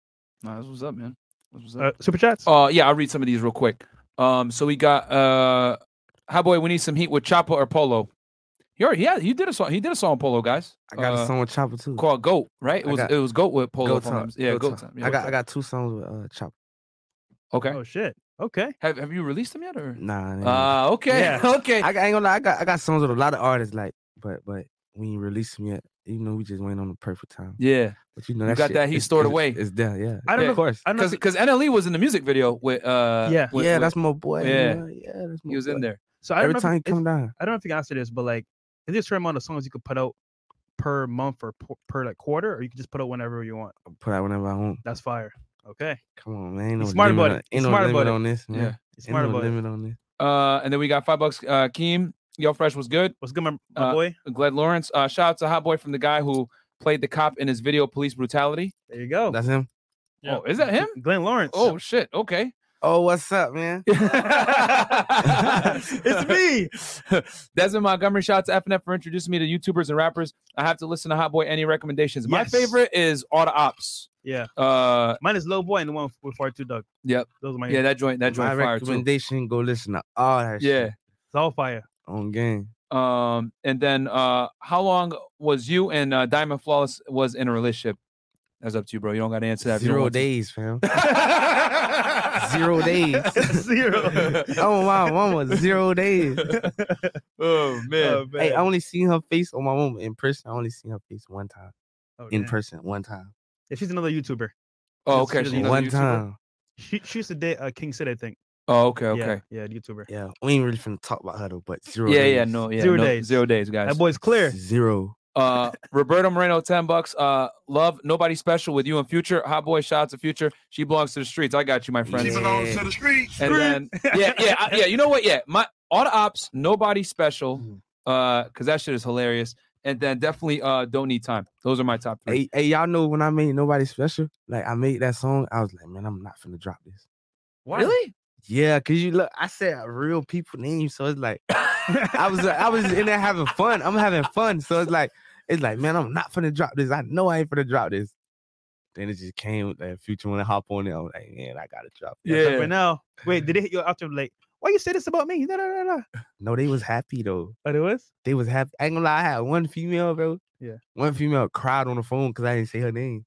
Nah, that's what's up, man. That's what's up.
Uh, super chats.
Uh, yeah, I'll read some of these real quick. Um, so we got uh, hi boy, we need some heat with Choppa or Polo. He already, yeah, he did a song. He did a song, Polo guys.
I got
Uh,
a song with Chopper too.
called Goat, right? It
I
was
got-
it was Goat with Polo.
Go
if I'm not
time.
mis- Yeah,
Go
Goat
time.
time. Yeah,
I
Goat
got I
Time.
got two songs with uh, Chopper.
Okay.
Oh shit. Okay.
Have Have you released them yet? Or
Nah. they ain't-
uh, okay,
Yeah.
[laughs] okay.
Mm. I, got- I ain't gonna lie, I got I got songs with a lot of artists, like, but but we ain't released them yet. You know, we just waiting on the perfect time.
yeah,
But you know,
You
that
got
shit,
that heat
it's-
stored
it's-
away.
It's there, yeah.
I don't
Yeah.
know.
of course.
I don't know.
because
if it-
because NLE E was in the music video with uh
Yeah.
with-
yeah,
with-
that's my boy. you
yeah.
know, yeah, that's my
he was
boy.
in there.
so I don't, know
Every
if, it-
time he
it's-
come down,
I don't know if you can answer this, but like, is there a certain amount of songs you could put out per month or per, per like quarter, or you can just put out whenever you want?
I put out whenever I want.
That's fire. Okay.
Come on, man. Ain't no
He's smart
limit
about
on-
it. He's
Ain't no
smart about
limit
it.
on this, man.
Yeah.
Ain't
He's smart
no
about it.
limit on this.
Uh, and then we got five bucks. Uh, Keem, yo, fresh was good.
What's good, my, my
Uh,
boy?
Glad Lawrence. Uh, shout out to Hot Boy from the guy who played the cop in his video Police Brutality.
There you go.
That's him.
Yeah.
Oh, is that him?
Glenn Lawrence.
Oh [laughs] shit. Okay.
Oh, what's up, man?
[laughs] it's me.
Desmond Montgomery, shout out to FNF for introducing me to YouTubers and rappers. I have to listen to Hot Boy. Any recommendations? My
Yes.
favorite is Auto Ops.
Yeah.
Uh,
Mine is Low Boy and the one with Far Two Doug.
Yep.
Those are my
yeah, that joint, that joint
My
fire too.
recommendation: go listen to all that.
Yeah,
shit.
It's all
[laughs]
fire. [laughs]
on game.
Um, and then uh, how long was you and uh, Diamond Flawless was in a relationship? That's up to you, bro. You don't got to answer that. if you don't
Zero
want to.
days, fam.
[laughs]
[laughs]
Zero days.
Zero.
oh my mama,
[laughs]
zero days.
oh man.
Oh,
Hey,
man.
I only seen her face on my mama in person. I only seen her face one time.
Oh,
In
damn.
person, one time.
Yeah, she's another YouTuber.
oh,
Just
okay.
really
she's another
one
YouTuber?
time.
She, she used to date uh, King Sid, I think.
Oh, okay.
Yeah,
Okay.
Yeah, the YouTuber.
Yeah. We ain't really finna talk about her though, but zero
Yeah. Yeah.
days.
no. Yeah.
Zero
no-
days.
Zero days, guys.
That boy's clear.
Zero.
Uh, Roberto Moreno, ten bucks. Uh, love nobody special with you and Future. Hot boy, shout out to Future. She belongs to the streets. I got you, my friend.
She belongs to the streets.
And then yeah, yeah, I- yeah. You know what? Yeah, my all the ops, nobody special.
Mhm.
Uh, because that shit is hilarious. And then definitely uh, don't need time. Those are my top three.
Hey, hey, y'all know when I made Nobody Special, like I made that song, I was like, man, I'm not finna drop this.
[laughs] Really?
Yeah, cause you look, I said real people names, so it's [laughs] like I was I was in there having fun. I'm having fun, so it's like it's like man, I'm not finna drop this. I know I ain't finna drop this. Then it just came with that future when I hop on it. I was like, man, I gotta drop. it."
Like, Right now. Wait, did they hit you after like, why you say this about me? Da, da, da, da.
No, they was happy though.
But it was?
They was happy. I ain't gonna lie, I had one female, bro.
Yeah.
One female cried on the phone because I didn't say her name.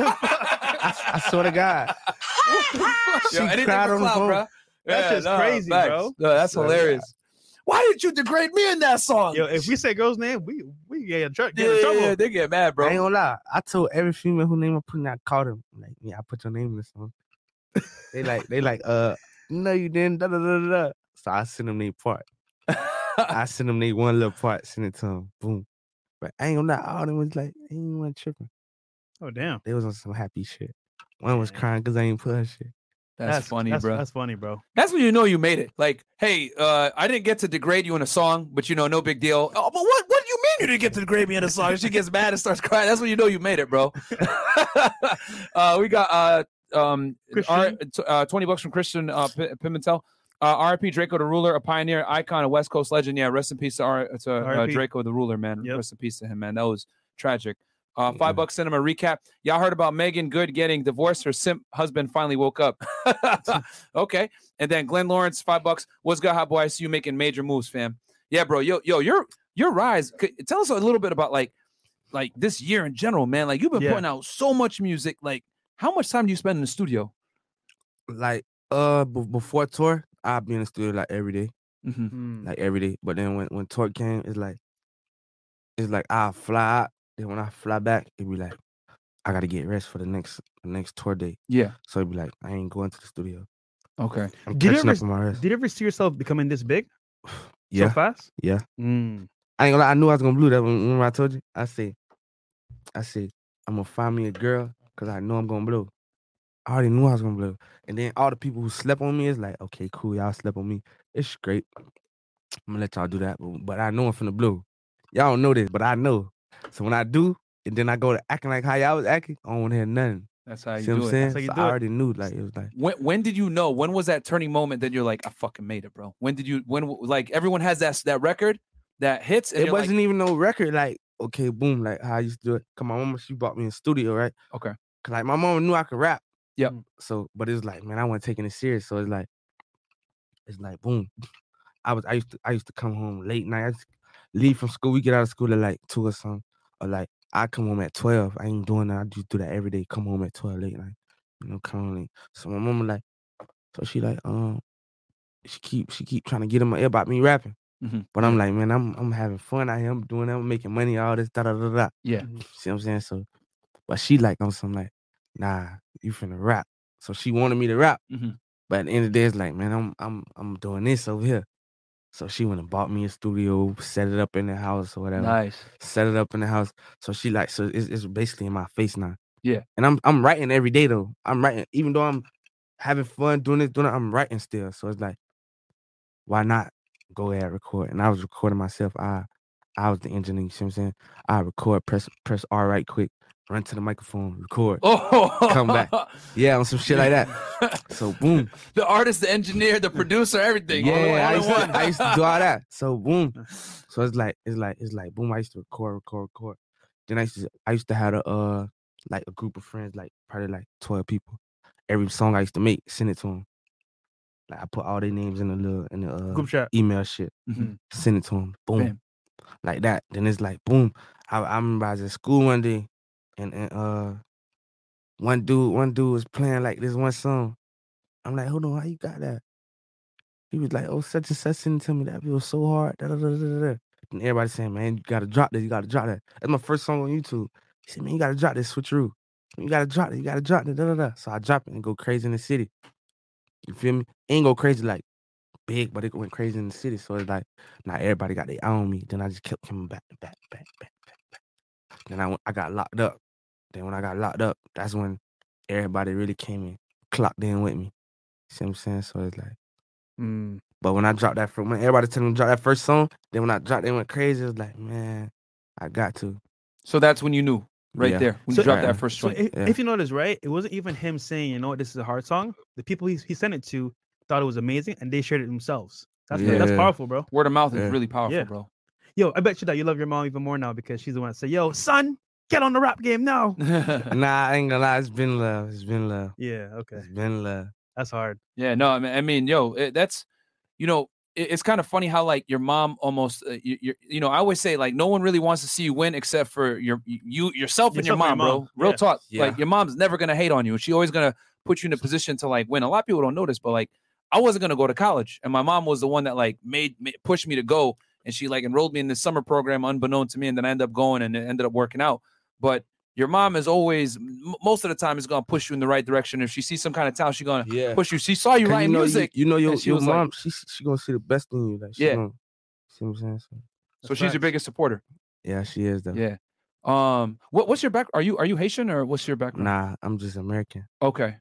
I, s- I swear to God. She
Yo, anything
cried
for
on the
clout,
phone.
bruh.
That's just crazy,
facts.
bro.
No, that's
Swear to
hilarious. Why did you degrade me in that song?
Yo, if we say girl's name, we we get in, tr-
Oh, yeah,
get in trouble.
yeah, they get mad, bro.
I ain't gonna lie. I told every female who name I put in, I called him. Like, yeah, I put your name in this one. they like, they like, uh, no, you didn't. Da, da, da, da, da. So I sent them their part. I sent them their one little part, sent it to them. Boom. But I ain't gonna lie, all them was like, ain't one tripping.
Oh damn.
They was on some happy shit. One was crying because I ain't put her shit.
[laughs] That's, funny,
that's,
bro. That's,
That's funny, bro.
when you know you made it. Like, hey, uh, I didn't get to degrade you in a song, but you know, no big deal. Oh, but what? What do you mean you didn't get to degrade me in a song? And she gets mad and starts crying. That's when you know you made it, bro. [laughs] uh, we got uh, um, R- [laughs]
Christian?
t- uh, twenty bucks from Christian uh, P- Pimentel. Uh, RIP Draco the Ruler, a pioneer, icon, a West Coast legend. Yeah, rest in peace to, R- to uh,
R.I.P..
Draco the Ruler, man.
Yep.
Rest in peace to him, man. That was tragic. Uh,
Yeah.
five bucks cinema recap. Y'all heard about Megan Good getting divorced. Her simp husband finally woke up. [laughs] okay, and then Glenn Lawrence, five bucks. What's good, hot boy? I see you making major moves, fam. Yeah, bro. Yo, yo, your your rise. c- Tell us a little bit about like like this year in general, man. Like you've been
Yeah.
putting out so much music. Like how much time do you spend in the studio?
Like, uh, b- before tour, I'd be in the studio like every day.
Mm-hmm.
Mm.
like every day. But then when when Torque came, it's like it's like I fly out. Then when I fly back, it'd be like I gotta get rest for the next the next tour day.
Yeah.
So it'd be like I ain't going to the studio.
Okay.
I'm
Did you
catching
ever
up on my rest.
Did you ever see yourself becoming this big so
yeah,
fast?
yeah.
Mm.
I ain't gonna lie. I knew I was gonna blue that. When, when I told you, I said, I said I'm gonna find me a girl because I know I'm gonna blow. I already knew I was gonna blow. And then all the people who slept on me is like, okay, cool, y'all slept on me. It's great. I'm gonna let y'all do that, but, but I know I'm finna blow. Y'all don't know this, but I know. So when I do, and then I go to acting like how y'all was acting, I don't wanna hear nothing.
That's how you
See what
do
I'm
it.
saying?
how you
So
do
I
it.
already knew. Like it was like
When when did you know? When was that turning moment that you're like, I fucking made it, bro? When did you? When w- like everyone has that s- that record that hits? And
it
you're like,
wasn't even no record. Like, okay, boom, like how I used to do it. Cause my mama, she bought me a studio, right?
Okay.
Cause like my mama knew I could rap. Mm,
Yep.
So, but it's like, man, I wasn't taking it serious. So it's like, it's like, boom. [laughs] I was, I used to, I used to come home late night. I used to leave from school. We get out of school at like two or something, or like I come home at twelve. I ain't doing that. I just do that every day. Come home at twelve late night. You know, come home late. So my mama like, so she like, um, she keep, she keep trying to get in my ear about me rapping.
Mhm.
But I'm like, man, I'm I'm having fun out here. I'm doing that. I'm making money. All this da da da da.
Yeah.
See what I'm saying? So, but she like on some like, nah, you finna rap. So she wanted me to rap.
Mhm.
But at the end of the day, it's like, man, I'm I'm I'm doing this over here. So she went and bought me a studio, set it up in the house or whatever.
nice. [laughs]
Set it up in the house. So she like, so it's, it's basically in my face now.
Yeah.
And I'm I'm writing every day though. I'm writing, even though I'm having fun doing this, doing that, I'm writing still. So it's like, why not go ahead and record? And I was recording myself. I I was the engineer, you see what I'm saying? I record, press press R right quick, run to the microphone, record.
Oh, [laughs]
Come back. Yeah, on some shit like that. So boom.
the artist, the engineer, the producer, everything. all in-
Yeah, I
all in
used, to,
one.
I used to do all that. So boom. So it's like it's like it's like boom. I used to record, record, record. Then I used to I used to have a uh like a group of friends, like probably like twelve people. Every song I used to make, send it to them. Like I put all their names in the little in the uh,
Group chat.
email shit.
Mhm.
Send it to him. Boom.
Bam.
Like that. Then it's like boom. I, I remember I was at school one day and, and uh one dude, one dude was playing like this one song. I'm like, hold on, how you got that? He was like, oh, such and such sent it to me. That beat was so hard. Da, da, da, da, da, da. And everybody saying, man, you gotta drop this, you gotta drop that. That's my first song on YouTube. He said, man, you gotta drop this, switcheroo. You gotta drop it, you gotta drop it, da da da. So I drop it and go crazy in the city. You feel me? Ain't go crazy like big, but it went crazy in the city. So it's like not everybody got their eye on me. Then I just kept coming back, back, back, back, back, back. Then I went, I got locked up. Then when I got locked up, that's when everybody really came in, clocked in with me. See what I'm saying? So it's like,
Mm.
but when I dropped that first, when everybody told me to drop that first song, then when I dropped, they went crazy. It was like, man, I got to
[laughs] So that's when you knew right
Yeah.
there when
So-
you dropped
Yeah.
that first
So
joint.
if,
yeah.
if you notice, right, it wasn't even him saying, you know, what, this is a hard song. The people he, he sent it to thought it was amazing, and they shared it themselves. That's that's
Yeah.
powerful, bro.
Word of mouth is
Yeah.
really powerful,
Yeah.
bro.
Yo, I bet you that you love your mom even more now because she's the one that said, "Yo, son, get on the rap game
[laughs]
now."
Nah, I ain't gonna lie, it's been love. It's been love.
Yeah, okay,
It's been love.
that's hard.
yeah, no, I mean, I mean yo, it, that's you know, it, it's kind of funny how like your mom almost uh, you, you you know, I always say like no one really wants to see you win except for your you yourself and your
Yourself and your
mom, bro.
mom.
Real
Yeah.
talk. Like
Yeah.
your mom's never gonna hate on you. She always gonna put you in a position to like win. A lot of people don't know this, but like I wasn't gonna go to college, and my mom was the one that like made, made pushed me to go, and she like enrolled me in this summer program unbeknown to me, and then I ended up going and it ended up working out. But your mom is always m- most of the time is gonna push you in the right direction. If she sees some kind of talent, she gonna
Yeah.
push you. She saw you
Cause
writing
know,
music,
You, know your,
she
your
was like-
mom, she she gonna see the best in you. Like, she
Yeah.
Gonna, see what I'm saying? So,
so she's your biggest supporter.
yeah, she is though.
Yeah. Um. What What's your back? Are you Are you Haitian or what's your background?
Nah, I'm just American.
Okay.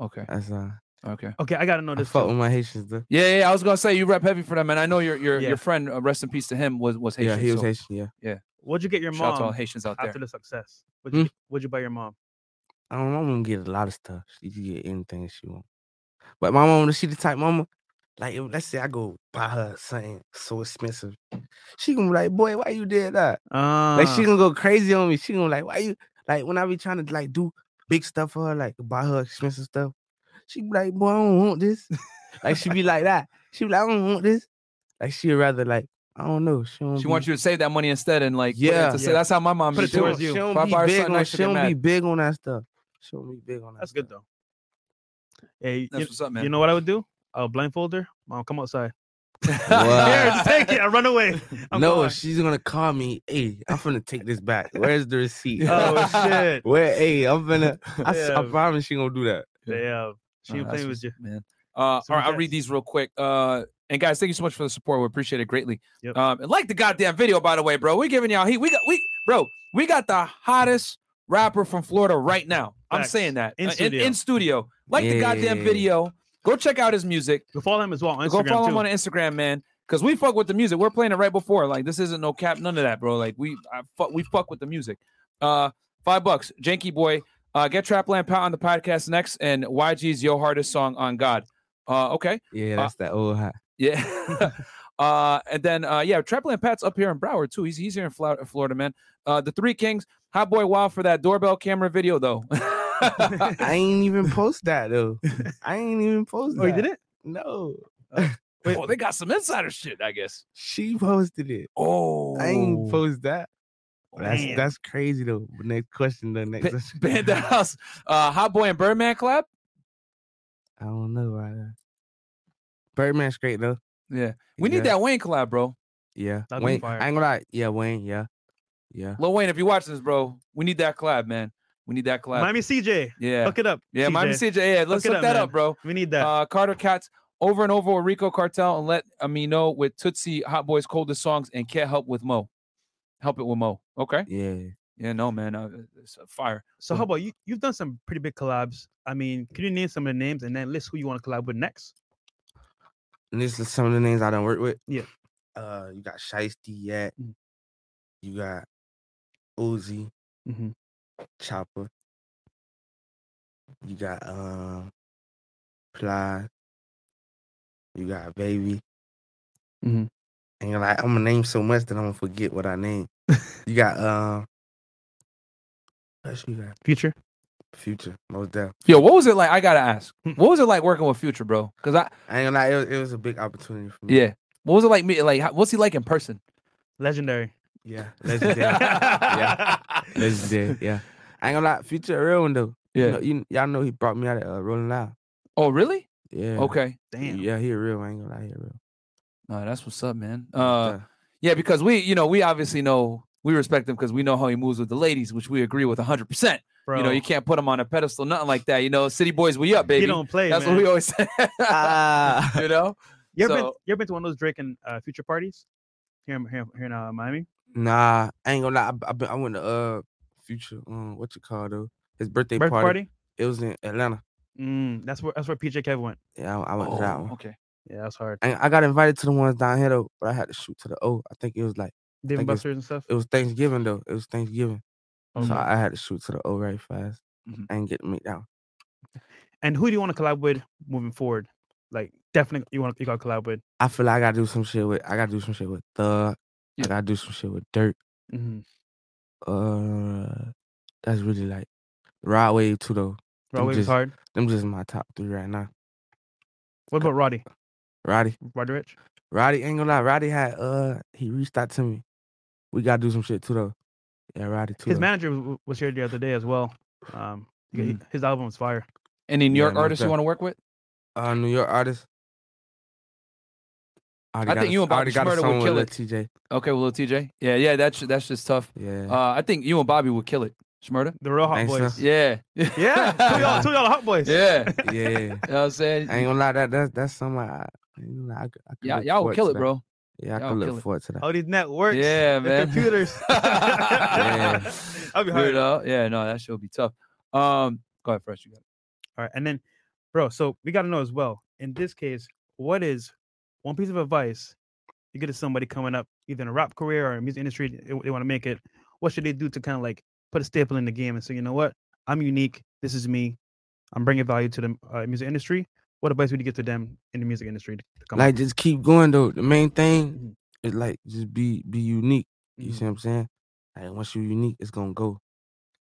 Okay.
That's uh.
Okay.
Okay, I gotta know
I
this.
fuck
too.
with my Haitians though.
Yeah, yeah. I was gonna say you rep heavy for them, and I know your your,
Yeah.
your friend, uh, rest in peace to him, was was Haitian.
Yeah, he was
so
Haitian. Yeah.
What'd you get your
Shout out to all
mom
Haitians out there.
after the success? What'd you,
Hmm?
get- what'd you buy your mom?
I don't know. My mom get a lot of stuff. She can get anything she want. But my mom, she the type mama. Like, if, let's say I go buy her something so expensive, she gonna be like, "Boy, why you did that?"
Uh,
Like
Uh-huh.
she gonna go crazy on me. She gonna like, why you like when I be trying to like do big stuff for her, like buy her expensive stuff. She be like, boy, I don't want this. [laughs] like she be like that. She be like, I don't want this. Like she'd rather like, I don't know. She don't
She wants you to save that money instead and like
Yeah.
To say,
Yeah.
that's how my mom
Put
is.
it
She
towards
don't-
you.
She
if
don't,
I
be
buy her
big,
something
on,
nice, she'll
she
get
don't be
mad.
big on that stuff. She don't be big on that
that's good
stuff.
though. Hey,
That's
you,
what's up, man.
you know [laughs] what I would do? I'll blindfold her. Mom,
[laughs]
come outside. Here,
Wow.
just take it. I run away. [laughs] I'm
[laughs]
no,
gone.
she's gonna call me. Hey, I'm gonna take this back. [laughs] Where's the
[laughs]
receipt?
Oh shit.
[laughs] Where? Hey, I'm gonna. I, s- I
Yeah.
promise she gonna do that.
Damn. She
Nah,
ain't
that's
playing
what's
with you.
up, man. Uh,
So
all right, I'll
yes.
read these real quick. Uh, and guys, thank you so much for the support. We appreciate it greatly.
Yep.
Um, and like the goddamn video, by the way, bro. We're giving y'all heat. We got we bro. We got the hottest rapper from Florida right now. I'm
Facts.
saying that
In
Uh,
studio.
in studio. Like the goddamn
Yeah.
video. Go check out his music.
Go follow him as well on Instagram
Go follow
too.
him on Instagram, man. Cause we fuck with the music. We're playing it right before. Like this isn't no cap, none of that, bro. Like we I fuck, we fuck with the music. Uh, five bucks, Janky boy. Uh, get Trapland Pat on the podcast next, and YG's Yo Hardest song on God. Uh, okay,
Yeah,
Uh,
that's that old hat.
[laughs]
yeah. [laughs] uh, and then uh, yeah, Trapland Pat's up here in Broward too. He's he's here in Flor- Florida, man. Uh, the Three Kings, Hot Boy Wild for that doorbell camera video
[laughs]
though. [laughs]
I ain't even post that though. I ain't even post that.
Oh, you did it?
No.
Wait,
oh, they got some insider shit, I guess.
She posted it.
Oh,
I ain't post that. That's
man.
that's crazy though. Next question, the next.
Ba-
question. [laughs]
Banda House, uh, Hot Boy and Birdman collab.
I don't know. Right now. Birdman's great though.
Yeah, we
Yeah.
need that Wayne collab, bro.
Yeah,
That'd be
Wayne.
fire.
I ain't gonna lie. Yeah, Wayne. Yeah, yeah.
Lil Wayne, if you watch this, bro, we need that collab, man. We need that collab.
Miami CJ.
yeah,
Look it up.
yeah, Miami CJ. Yeah, let's
Look it
look
up,
that
man.
up, bro.
We need that.
Uh, Carter Cats over and over with Rico Cartel and let me know with Tootsie Hot Boys coldest songs and can't help with Mo. Help it with Mo. Okay.
Yeah,
Yeah, no, man. Uh, it's a fire.
so how about you? You've done some pretty big collabs. I mean, can you name some of the names and then list who you want to collab with next?
and this is some of the names I don't work with.
Yeah.
uh, you got Shiesty yet,
Mm.
you got Uzi,
Mhm.
Chopper, you got um, Ply, you got Baby.
Mhm.
And you're like, I'm gonna name so much that I'm gonna
[laughs]
forget what I name. you got um, what else you got?
Future.
Future, most definitely.
Yo, what was it like? I gotta
[laughs]
ask. What was it like working with Future, bro? Because I
I ain't gonna lie, it was, it was a big opportunity for me.
yeah. What was it like? Me like, how- what's he like in person?
Legendary.
[laughs] yeah, legendary,
[laughs]
[laughs]
legendary. Yeah, I ain't gonna lie, Future a real one though. you know, you, y'all know he brought me out of uh, Rolling Loud.
Oh, really?
Yeah.
Okay.
Damn.
Yeah, he a real. I ain't gonna lie, he a real.
No, that's what's up, man. Uh, yeah, because we, you know, we obviously know we respect him because we know how he moves with the ladies, which we agree with hundred percent.
Bro,
You know, you can't put him on a pedestal, nothing like that. You know, city boys, we up,
He
baby.
don't play.
that's
man.
what we always [laughs] say.
Ah.
you know.
You ever, been,
So-
you ever been to one of those Drake and uh, Future parties here in, here, here in uh, Miami?
Nah, I ain't gonna lie. I, I, been, I went to uh Future. Um, what you call though? His birthday
Birth
party.
party?
It was in Atlanta.
Mm, that's where that's where PJ Kev went.
Yeah, I, I went to that
Oh,
one.
okay.
Yeah, that's hard.
And I got invited to the ones down here though, but I had to shoot to the O. I think it was like
Dave and
think it's-
Buster's and stuff. Oh,
it was Thanksgiving though. It was Thanksgiving,
Oh,
Okay.
so I, I had to shoot to the O right fast.
Mhm.
I ain't get to meet that. one.
and who do you want to collab with moving forward? Like definitely you want you got to collab with.
I feel like I gotta do some shit with. I gotta do some shit with Thug.
Yeah.
I gotta do some shit with Dirt. Mm-hmm. Uh, that's really like Rod Wave too though.
Roddy was
just-
hard.
Them just my top three right now.
What about Roddy?
Roddy.
Roddy Rich?
Roddy ain't gonna lie, Roddy had uh he reached out to me. We gotta do some shit too though. Yeah, Roddy too.
His
though.
manager w- was here the other day as well. Um, he-
Mm.
he- his album was fire.
Any New
Yeah,
York
most
artists you
def-
want to work with?
uh New York artist.
I think you and Bobby Shmurda would kill it.
TJ.
Okay, well, TJ. Yeah, yeah. That's that's just tough.
Yeah.
Uh, I think you and Bobby would kill it, Shmurda.
The real hot
Thanks,
boys.
sir.
Yeah. [laughs]
Yeah, two y'all,
yeah.
two y'all hot boys.
yeah. You
yeah.
[laughs]
I
know what I'm saying?
ain't gonna lie, that that's that's something I, I, ain't gonna lie, I, could- I could
Y'all,
look
y'all
forward
would kill
to
it,
that.
bro.
Yeah, I
Y'all
could
would
look
kill it.
forward to that.
All these networks.
Yeah,
the
man.
Computers.
[laughs] Yeah.
[laughs] I'll be
You
hard.
know? Yeah, no, that should be tough. Um, go ahead, Fresh. You got it.
All right, and then, bro. So we got to know as well. In this case, what is one piece of advice you give to somebody coming up, either in a rap career or a music industry, they, want to make it? What should they do to kind of like put a staple in the game and say, you know what, I'm unique. This is me. I'm bringing value to the uh, music industry. What advice would you give to them in the music industry to come up?
Like just keep going though. The main thing is like just be be unique. You
Mhm.
see what I'm saying? Like once you unique, it's gonna go.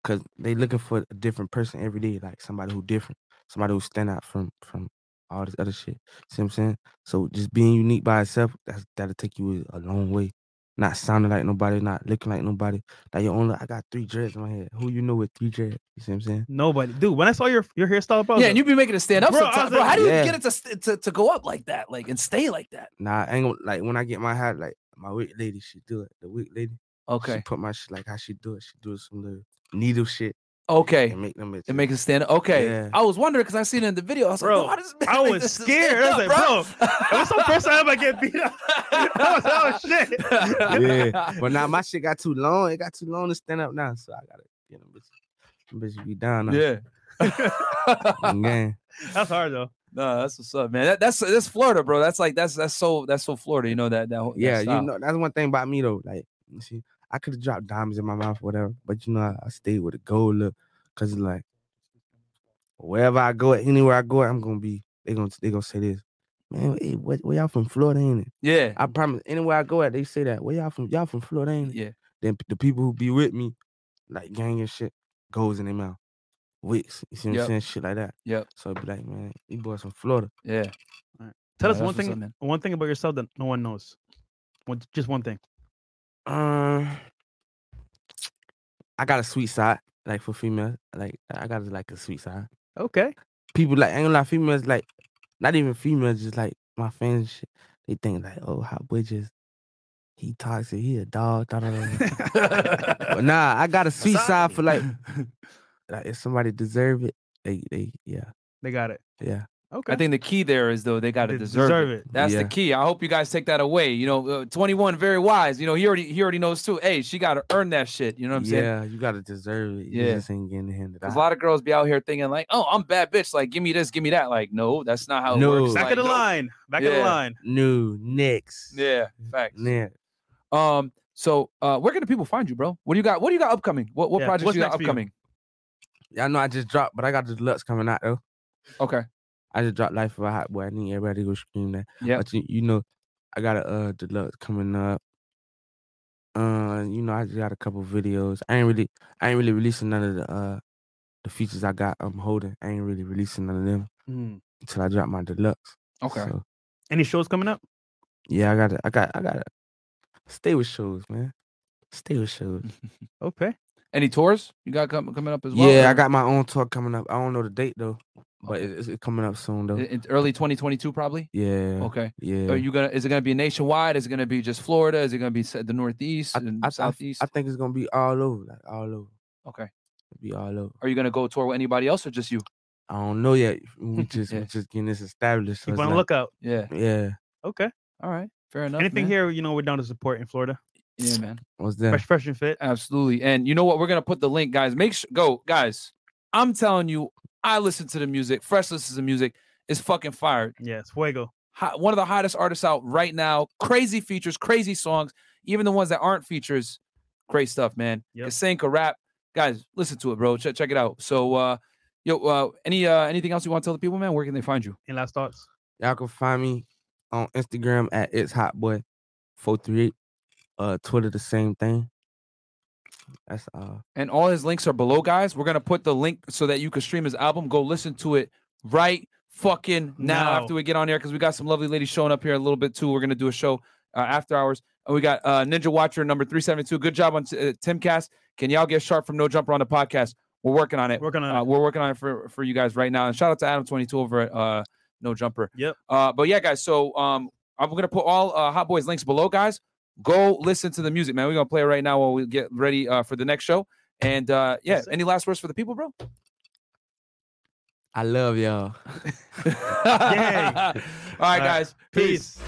Cause they looking for a different person every day, like somebody who different, somebody who stand out from from all this other shit. See what I'm saying? So just being unique by itself, that's that'll take you a long way. Not sounding like nobody, not looking like nobody. Like your only, I got three dreads in my head. Who you know with three dreads? You see what I'm saying?
Nobody, dude. When I saw your your hairstyle, bro, I was
Yeah, and
like,
you be making it stand up
Bro, I
sometimes.
was
Bro,
like-
how do you
Yeah.
get it to, st- to to go up like that, like and stay like that?
Nah, I ain't gonna, like when I get my hat, like my wig lady, she do it. The wig lady. She
Okay,
put my shit like how she do it. She do some little needle shit
okay,
and make them. bitches-
it makes it stand up. Okay,
Mm. Yeah.
I was wondering because I seen it in the video. I was like,
Bro,
yo, how does this
I
make
was
this to
scared. I
stand
was
up, bro? [laughs]
it was the first time I get beat up. [laughs] I was like, oh shit.
[laughs]
Yeah,
[laughs]
but now my shit got too long. It got too long to stand up now, so I gotta get them bitches. Them bitches be down
[laughs]
now.
yeah. [laughs]
Them [laughs] gang.
That's hard though.
no, that's what's up, man. That, that's that's Florida, bro. That's like that's that's so that's so Florida. You know that that whole- that
Yeah,
style.
you know that's one thing about me though. Like, you see, I could have dropped diamonds in my mouth, whatever, but you know I, I stayed with a gold look, cause it's like wherever I go, anywhere I go, I'm gonna be. They gonna they gonna say this. Man, hey, what, where y'all from Florida, ain't it?
yeah,
I promise. Anywhere I go at, they say that. Where y'all from? Y'all from Florida, ain't it?
yeah.
then p- the people who be with me, like gang and shit, goes in their mouth. Wicks, you see what
Yep.
I'm saying? Shit like that.
Yep.
So it be like, man, you boys from Florida. [laughs]
Yeah.
Tell
Yeah, that's
us one
what's up,
thing,
man.
one thing about yourself that no one knows. One, just one thing.
Um, I got a sweet side, like for females. Like I got like a sweet side.
[laughs] Okay.
People like ain't gonna lie, females like, not even females, just like my fans. and Shit. They think like, oh, hot boy just he toxic, he a dog. Da, da, da, da. but nah, I got a sweet side for like, like if somebody deserve it, they they yeah
They got it.
yeah.
Okay.
I think the key there is though they got to
They
deserve, it.
it.
That's the
Yeah.
key. I hope you guys take that away. You know, uh, 21 very wise. You know, he already he already knows too. Hey, she got to earn that shit. You know what I'm saying?
yeah, you gotta deserve it. You
Yeah.
just ain't getting handed
Because
out.
a lot of girls be out here thinking like, "Oh, I'm bad bitch. Like, give me this, give me that." Like, no, that's not how it
No.
works.
Back
like,
of the
no.
line. Back of the
Yeah.
line.
New Knicks.
Yeah, facts.
Yeah.
Um, so uh, where can the people find you, bro? What do you got? What do you got upcoming? What what
Yeah,
projects
what's
you got
next for you?
upcoming?
Y'all know I just dropped, but I got the deluxe coming out though.
Okay.
I just dropped Life of a Hot Boy. I need everybody to go scream that.
Yeah.
But you, you know, I got a uh deluxe coming up. Uh, you know, I just got a couple videos. I ain't really I ain't really releasing none of the uh the features I got, I'm holding. I ain't really releasing none of them
Mm.
until I drop my deluxe.
Okay.
So,
Any shows coming up?
yeah, I got to I got. I got to stay with shows, man. Stay with shows.
Okay.
Any tours you got com- coming up as well?
yeah, I
or
got my own tour coming up. I don't know the date though, but
Okay.
it- it's, it's coming up soon though.
i- in early 2022 probably.
yeah.
Okay.
Yeah.
Are you gonna? Is it gonna be nationwide? Is it gonna be just Florida? Is it gonna be s- the Northeast
I-
and
I- I-
Southeast?
I think it's gonna be all over, like all over.
okay.
It'll be all over.
Are you gonna go tour with anybody else or just you?
I don't know
[laughs]
yet. We just
Yeah.
we just getting this established. so
Keep
it's
on the
like-
lookout.
Yeah.
Yeah.
Okay.
All right. Fair enough.
Anything
man.
here? You know, we're down to support in Florida.
Yeah, Uh man.
What's that?
Fresh, fresh and fit.
Absolutely. And you know what? We're gonna put the link, guys. Make sure go, guys. I'm telling you, I listen to the music. Fresh listens to music. It's fucking fire.
Yes, fuego.
hot, one of the hottest artists out right now. Crazy features, crazy songs, even the ones that aren't features. Great stuff, man.
Yep.
Kasenka rap, guys, listen to it, bro. Check, check it out. So, uh, yo, uh, any uh, anything else you want to tell the people, man? Where can they find you?
Any last thoughts?
Y'all can find me on Instagram at it's hot boy four three eight. Uh, Twitter the same thing. That's uh.
And all his links are below, guys. We're gonna put the link so that you can stream his album. Go listen to it right fucking now,
Now.
after we get on air because we got some lovely ladies showing up here in a little bit too. We're gonna do a show uh, after hours, and we got uh, Ninja Watcher number three seventy two. Good job on t- uh, Timcast. Can y'all get sharp from No Jumper on the podcast? We're working on it.
We're gonna.
Uh, we're working on it for for you guys right now. And shout out to Adam Twenty Two over at uh, No Jumper.
Yep.
Uh, but yeah, guys. So um, I'm gonna put all uh, Hot Boys links below, guys. Go listen to the music, man. We're gonna play it right now while we get ready uh, for the next show. And uh, yeah,
Yes, sir.
any last words for the people, bro? [laughs]
I love y'all.
all right, guys.
Peace.